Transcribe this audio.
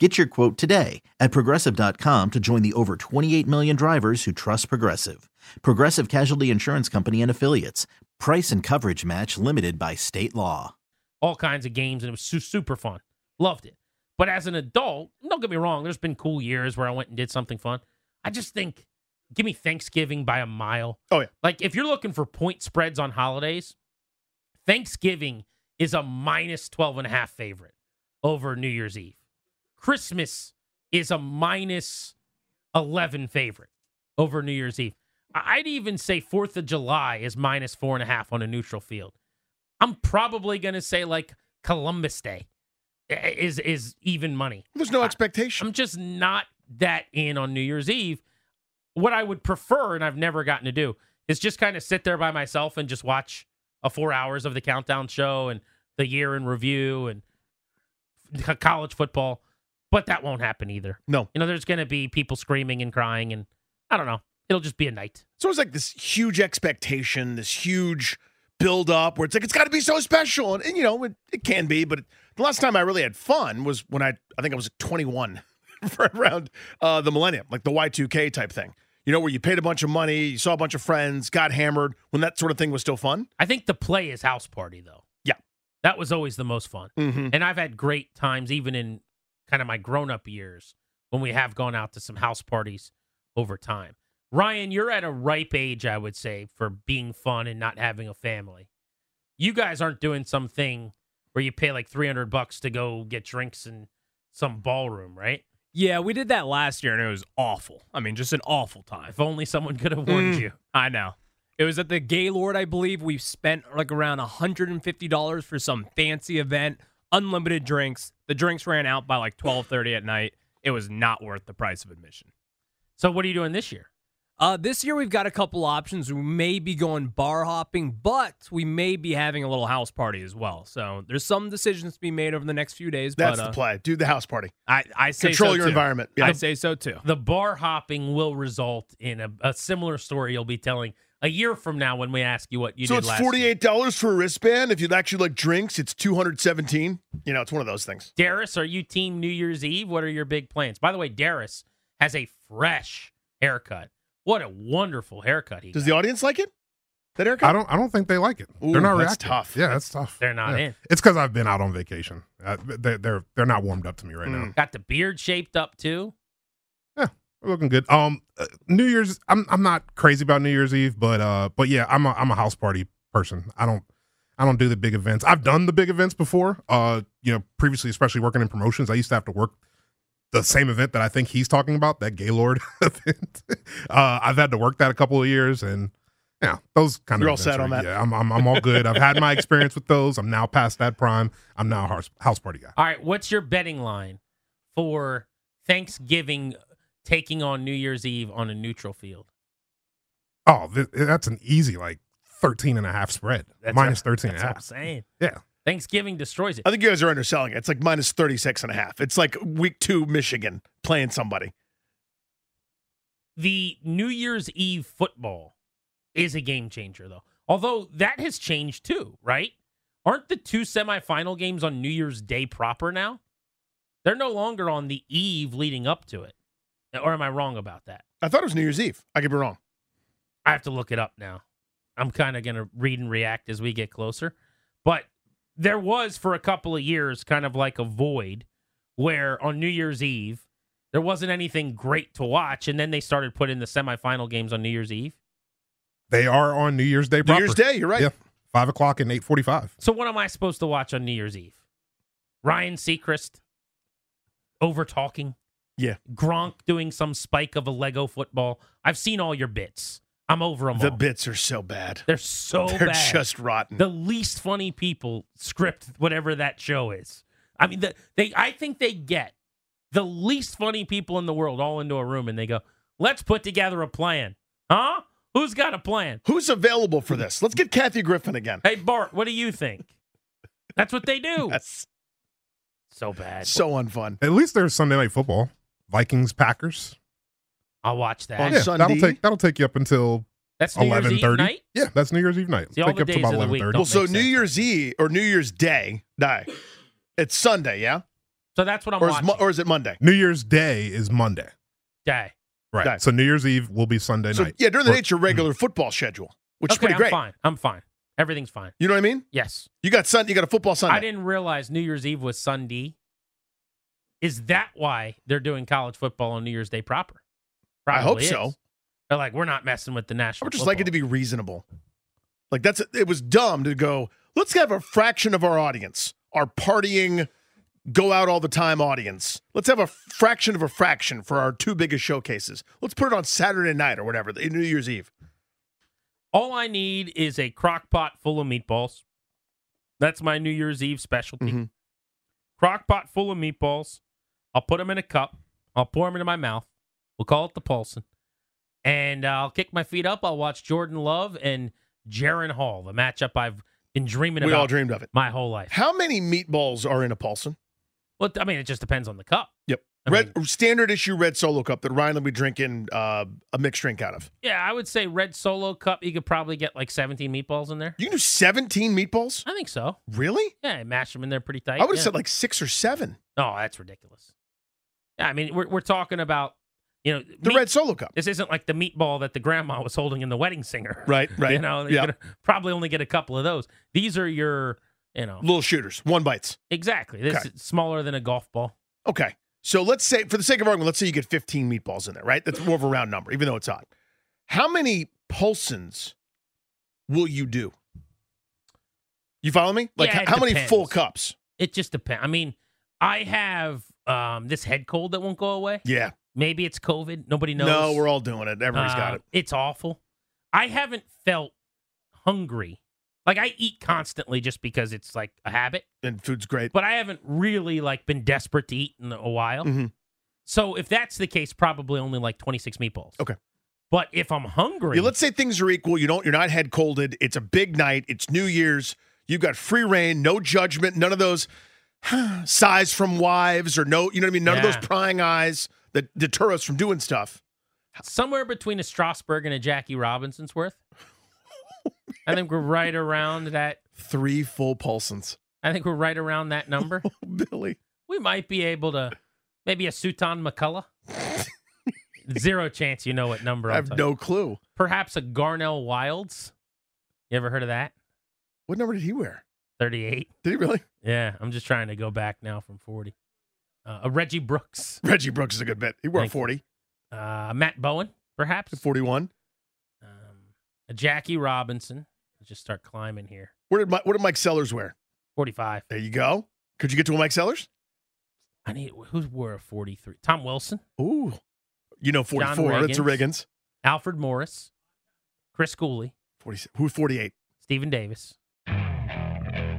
Get your quote today at progressive.com to join the over 28 million drivers who trust Progressive. Progressive Casualty Insurance Company and Affiliates. Price and coverage match limited by state law. all kinds of games, and it was su- super fun. Loved it. But as an adult, don't get me wrong, there's been cool years where I went and did something fun. I just think, give me Thanksgiving by a mile. Oh, yeah. Like if you're looking for point spreads on holidays, Thanksgiving is a minus 12 and a half favorite over New Year's Eve. Christmas is a minus 11 favorite over New Year's Eve. I- I'd even say 4th of July is minus four and a half on a neutral field. I'm probably going to say like Columbus Day i- is is even money. There's no expectation. I'm just not that in on New Year's Eve. What I would prefer, and I've never gotten to do, is just kind of sit there by myself and just watch a four hours of the countdown show and the year in review and c- college football. But that won't happen either. no. You know, there's going to be people screaming and crying, and I don't know. It'll just be a night. So it's like this huge expectation, this huge build up where it's like, it's got to be so special. And, and, you know, it, it can be. But the last time I really had fun was when I, I think I was 21 for around uh, the millennium, like the Y2K type thing. You know, where you paid a bunch of money, you saw a bunch of friends, got hammered when that sort of thing was still fun. I think the play is house party, though. Yeah. That was always the most fun. Mm-hmm. And I've had great times, even in kind of my grown up years, when we have gone out to some house parties over time. Ryan, you're at a ripe age, I would say, for being fun and not having a family. You guys aren't doing something where you pay like 300 bucks to go get drinks in some ballroom, right? Yeah, we did that last year and it was awful. I mean, just an awful time. If only someone could Hmm. have warned you. I know. It was at the Gaylord, I believe. We spent like around $150 for some fancy event, unlimited drinks. The drinks ran out by like 12:30 at night. It was not worth the price of admission. So, what are you doing this year? Uh, this year we've got a couple options. We may be going bar hopping, but we may be having a little house party as well. So there's some decisions to be made over the next few days. That's but, the uh, play. Do the house party. I, I say Control so your too. environment. Yeah. I say so too. the bar hopping will result in a, a similar story you'll be telling a year from now when we ask you what you so did it's last year. $48 for a wristband. If you'd actually like drinks, it's 217 You know, it's one of those things. Darius, are you team New Year's Eve? What are your big plans? By the way, Darius has a fresh haircut. What a wonderful haircut he Does got. the audience like it? That haircut? I don't. I don't think they like it. Ooh, they're not that's reacting. tough. Yeah, that's tough. They're not Yeah. in. It's because I've been out on vacation. Uh, they're they're they're not warmed up to me right now. Got the beard shaped up too. They're looking good. Um, uh, New Year's. I'm I'm not crazy about New Year's Eve, but uh, but yeah, I'm a I'm a house party person. I don't I don't do the big events. I've done the big events before. Uh, you know, previously, especially working in promotions, I used to have to work the same event that I think he's talking about, that Gaylord event. Uh, I've had to work that a couple of years, and yeah, those kind You're of all events set are- on that? Yeah, I'm, I'm I'm all good. I've had my experience with those. I'm now past that prime. I'm now a house house party guy. All right, what's your betting line for Thanksgiving taking on New Year's Eve on a neutral field? Oh, th- that's an easy like 13 and a half spread. That's Minus what- 13 and a That's what I'm half. saying. Yeah. Thanksgiving destroys it. I think you guys are underselling it. It's like minus 36 and a half. It's like week two Michigan playing somebody. The New Year's Eve football is a game changer, though. Although that has changed too, right? Aren't the two semifinal games on New Year's Day proper now? They're no longer on the eve leading up to it. Or am I wrong about that? I thought it was New Year's Eve. I could be wrong. I have to look it up now. I'm kind of going to read and react as we get closer. But there was for a couple of years kind of like a void where on New Year's Eve, there wasn't anything great to watch. And then they started putting the semifinal games on New Year's Eve. They are on New Year's Day New proper. Year's Day, you're right. Yeah. five o'clock and eight forty-five. So what am I supposed to watch on New Year's Eve? Ryan Seacrest over talking. Yeah. Gronk doing some spike of a Lego football. I've seen all your bits. I'm over them The all. bits are so bad. They're so They're bad. just rotten. the least funny people script whatever that show is. I mean, the, they I think they get the least funny people in the world all into a room and they go, "Let's put together a plan." Huh? Who's got a plan? Who's available for this? Let's get Kathy Griffin again. Hey Bart, what do you think? That's what they do. That's so bad. so unfun. At least there's Sunday night football. Vikings Packers. I'll watch that. On yeah, Sunday? that'll take that'll take you up until That's New Year's eleven Eve thirty. night. Yeah, that's New Year's Eve night. See, all take the up to days about of the week eleven thirty. don't- Well, so make New sense. Year's Eve or New Year's Day, die. It's Sunday, yeah, So that's what I'm or is, watching. Mo- or is it Monday? New Year's Day is Monday. Day. Right. Right. So New Year's Eve will be Sunday So night. yeah, during the Or- Hmm. day it's your regular football schedule, which is Okay, pretty I'm great. fine. I'm fine. Everything's fine. You know what I mean? Yes. You got Sunday, you got a football Sunday. I didn't realize New Year's Eve was Sunday. Is that why they're doing college football on New Year's Day proper? I hope is. so. They're like, we're not messing with the national. I would just like it to be reasonable. Like that's it was dumb to go. Let's have a fraction of our audience, our partying, go out all the time audience. Let's have a fraction of a fraction for our two biggest showcases. Let's put it on Saturday night or whatever, the- New Year's Eve. All I need is a crock pot full of meatballs. That's my New Year's Eve specialty. Mhm. Crock pot full of meatballs. I'll put them in a cup. I'll pour them into my mouth. We'll call it the Paulson. And uh, I'll kick my feet up. I'll watch Jordan Love and Jaron Hall, the matchup I've been dreaming we all about dreamed of it. my whole life. How many meatballs are in a Paulson? Well, I mean, it just depends on the cup. Yep. I Red standard issue red solo cup that Ryan will be drinking uh, a mixed drink out of. Yeah, I would say red solo cup. You could probably get like 17 meatballs in there. You can do 17 meatballs? I think so. Really? Yeah, I mash them in there pretty tight. I would have yeah. said like six or seven. No, Oh, that's ridiculous. Yeah, I mean, we're, we're talking about, you know, The meat- red solo cup. this isn't like the meatball that the grandma was holding in the wedding singer. Right, right. You know, you're yeah. gonna probably only get a couple of those. These are your, you know, Little shooters, one bites. exactly. This Okay. is smaller than a golf ball. Okay. So let's say, for the sake of argument, let's say you get 15 meatballs in there, right? That's more of a round number, even though it's odd. How many pulsons will you do? You follow me? Like, Yeah, h- it how many depends. full cups? It just depends. I mean, I have um, this head cold that won't go away. Yeah. Maybe it's COVID. Nobody knows. No, we're all doing it. Everybody's got Uh, it. It's awful. I haven't felt hungry. Like I eat constantly just because it's like a habit, And food's great. but I haven't really like been desperate to eat in a while. Mhm. So if that's the case, probably only like 26 meatballs. Okay. But if I'm hungry, Yeah, let's say things are equal. You don't. You're not head colded. It's a big night. It's New Year's. You've got free reign, no judgment, none of those sighs from wives or no. You know what I mean? None of Yeah. those prying eyes that deter us from doing stuff. somewhere between a Strasburg and a Jackie Robinson's worth. I think we're right around that. Three full pulsons, I think we're right around that number. Billy. we might be able to maybe a Sutan McCullough. Zero chance you know what number I I'm have talking no clue. perhaps a Garnell Wilds. You ever heard of that? What number did he wear? 38. Did he really? Yeah, I'm just trying to go back now from 40. Uh, a Reggie Brooks, Reggie Brooks is a good bet. He wore Thank you. 40, uh, Matt Bowen, perhaps. 41. Um, a Jackie Robinson. Let's just start climbing here. Where did Mike, what did Mike Sellers wear? 45. There you go. Could you get to a Mike Sellers? I need who's wore a 43? Tom Wilson, Ooh, you know 44. That's a Riggins. Riggins. Alfred Morris, Chris Cooley, 40, who 48? Stephen Davis.